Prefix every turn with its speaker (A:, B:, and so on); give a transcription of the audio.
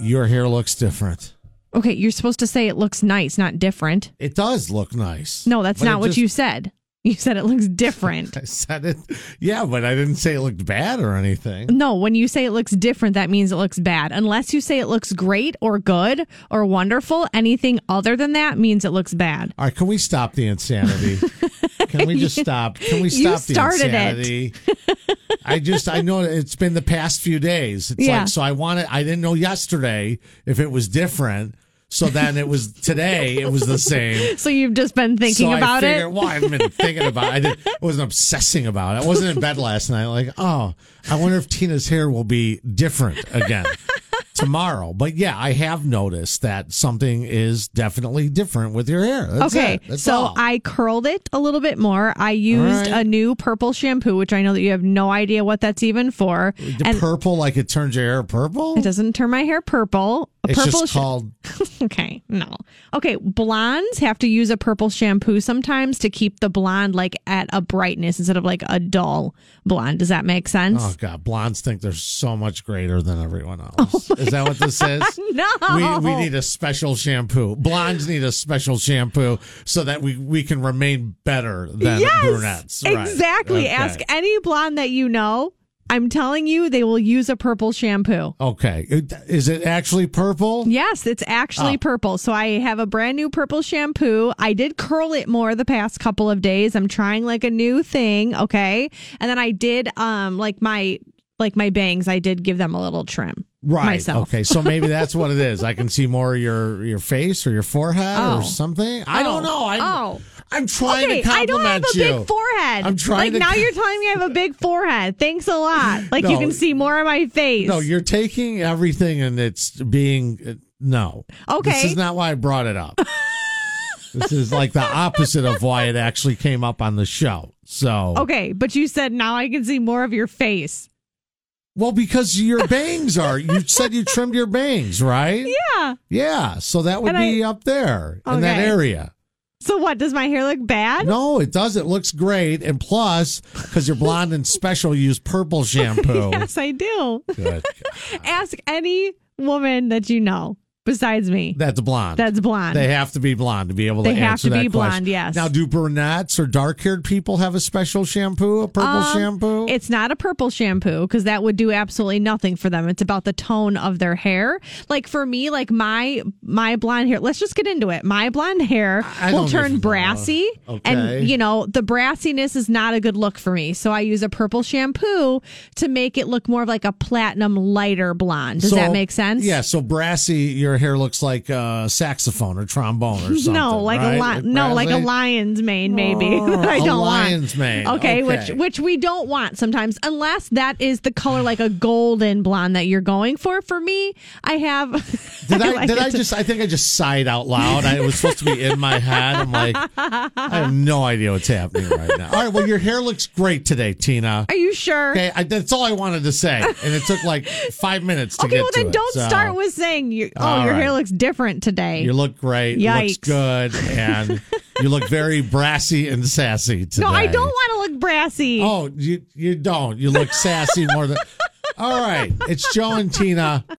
A: Your hair looks different.
B: Okay, you're supposed to say it looks nice, not different.
A: It does look nice.
B: No, that's
A: But
B: not
A: it
B: what
A: just-
B: you said. You said it looks different.
A: I said it. Yeah, but I didn't say it looked bad or anything.
B: No, when you say it looks different, that means it looks bad. Unless you say it looks great or good or wonderful, anything other than that means it looks bad.
A: All right, can we stop the insanity? Can we just stop? Can we
B: You
A: stop the
B: started it.
A: insanity? I just I know it's been the past few days. It's
B: Yeah.
A: like so I wanted I didn't know yesterday if it was different. So then it was today it was the same.
B: So you've just been thinking
A: so
B: about
A: I figured,
B: it.
A: Well, I've been thinking about. It. I, did, I wasn't obsessing about it. I wasn't in bed last night. Like, oh, I wonder if Tina's hair will be different again tomorrow. But yeah, I have noticed that something is definitely different with your hair. That's
B: Okay,
A: it. That's
B: so
A: all.
B: I curled it a little bit more. I used
A: right.
B: a new purple shampoo, which I know that you have no idea what that's even for.
A: the
B: and
A: purple, like it turns your hair purple.
B: it doesn't turn my hair purple. A
A: It's
B: purple
A: just
B: sh-
A: called.
B: okay, no. Okay, blondes have to use a purple shampoo sometimes to keep the blonde like at a brightness instead of like a dull blonde. Does that make sense?
A: Oh God, blondes think they're so much greater than everyone else. is that what this is?
B: Oh No.
A: We, we need a special shampoo. Blondes need a special shampoo so that we, we can remain better than
B: yes,
A: brunettes. Right.
B: Exactly.
A: Okay.
B: Ask any blonde that you know. I'm telling you, they will use a purple shampoo.
A: Okay. It- Is it actually purple?
B: Yes, it's actually
A: Oh.
B: purple. So I have a brand new purple shampoo. I did curl it more the past couple of days. I'm trying like a new thing, okay? And then I did um like my like my bangs, I did give them a little trim
A: Right.
B: myself.
A: Okay. So maybe that's what it is. I can see more of your your face or your forehead
B: Oh.
A: or something. I don't
B: Oh.
A: know. I'm,
B: Oh.
A: I'm trying
B: Okay,
A: to
B: I
A: compliment
B: don't have a
A: you.
B: big forehead.
A: I'm trying
B: Like
A: to-
B: now, you're telling me I have a big forehead. Thanks a lot. Like you
A: No.
B: can see more of my face.
A: No, you're taking everything and it's being uh, no.
B: Okay.
A: This is not why I brought it up. this is like the opposite of why it actually came up on the show. So
B: Okay, but you said now I can see more of your face.
A: Well, because your bangs are you said you trimmed your bangs, right?
B: Yeah.
A: Yeah. So that would
B: And I-
A: be up there in that
B: Okay.
A: area.
B: So what? Does my hair look bad?
A: No, it does. It looks great. And plus, because you're blonde and special, you use purple shampoo.
B: Yes, I do.
A: Good.
B: Ask any woman that you know besides me
A: That's blonde.
B: that's blonde.
A: they have to be blonde to be able
B: They
A: to
B: have
A: answer
B: to
A: that
B: be blonde,
A: question.
B: yes.
A: Now, do brunettes or dark-haired people have a special shampoo, a purple
B: Um,
A: shampoo?
B: It's not a purple shampoo because that would do absolutely nothing for them. It's about the tone of their hair. Like for me, like my my blonde hair. Let's just get into it. My blonde hair
A: I
B: will
A: don't even
B: turn
A: know.
B: brassy,
A: Okay.
B: and you know the brassiness is not a good look for me. So I use a purple shampoo to make it look more of like a platinum lighter blonde. Does
A: So-
B: that make sense?
A: Yeah. So brassy, your hair looks like a saxophone or trombone or something.
B: No, like
A: right?
B: a lion. No, like a
A: brassy?
B: lion's mane, maybe.
A: Oh,
B: that I
A: a
B: don't want.
A: lion's mane.
B: Okay, which
A: Okay.
B: which we don't want sometimes, unless that is the color like a golden blonde that you're going for. For me, I have.
A: Did I,
B: like
A: did
B: it
A: I
B: to-
A: just? I think I just sighed out loud. I, it was supposed to be in my head. I'm like, I have no idea what's happening right now. All right. Well, your hair looks great today, Tina.
B: Are you sure?
A: Okay, I, that's all I wanted to say, and it took like five minutes to
B: Okay,
A: get
B: well
A: to
B: then
A: it,
B: don't
A: so.
B: start with saying you. Oh,
A: All
B: your hair
A: right.
B: looks different today.
A: You look great. Looks
B: Yikes.
A: good, and you look very brassy and sassy today.
B: no, I don't want to look brassy.
A: Oh, you you don't. You look sassy more than. All right, it's Joe and Tina.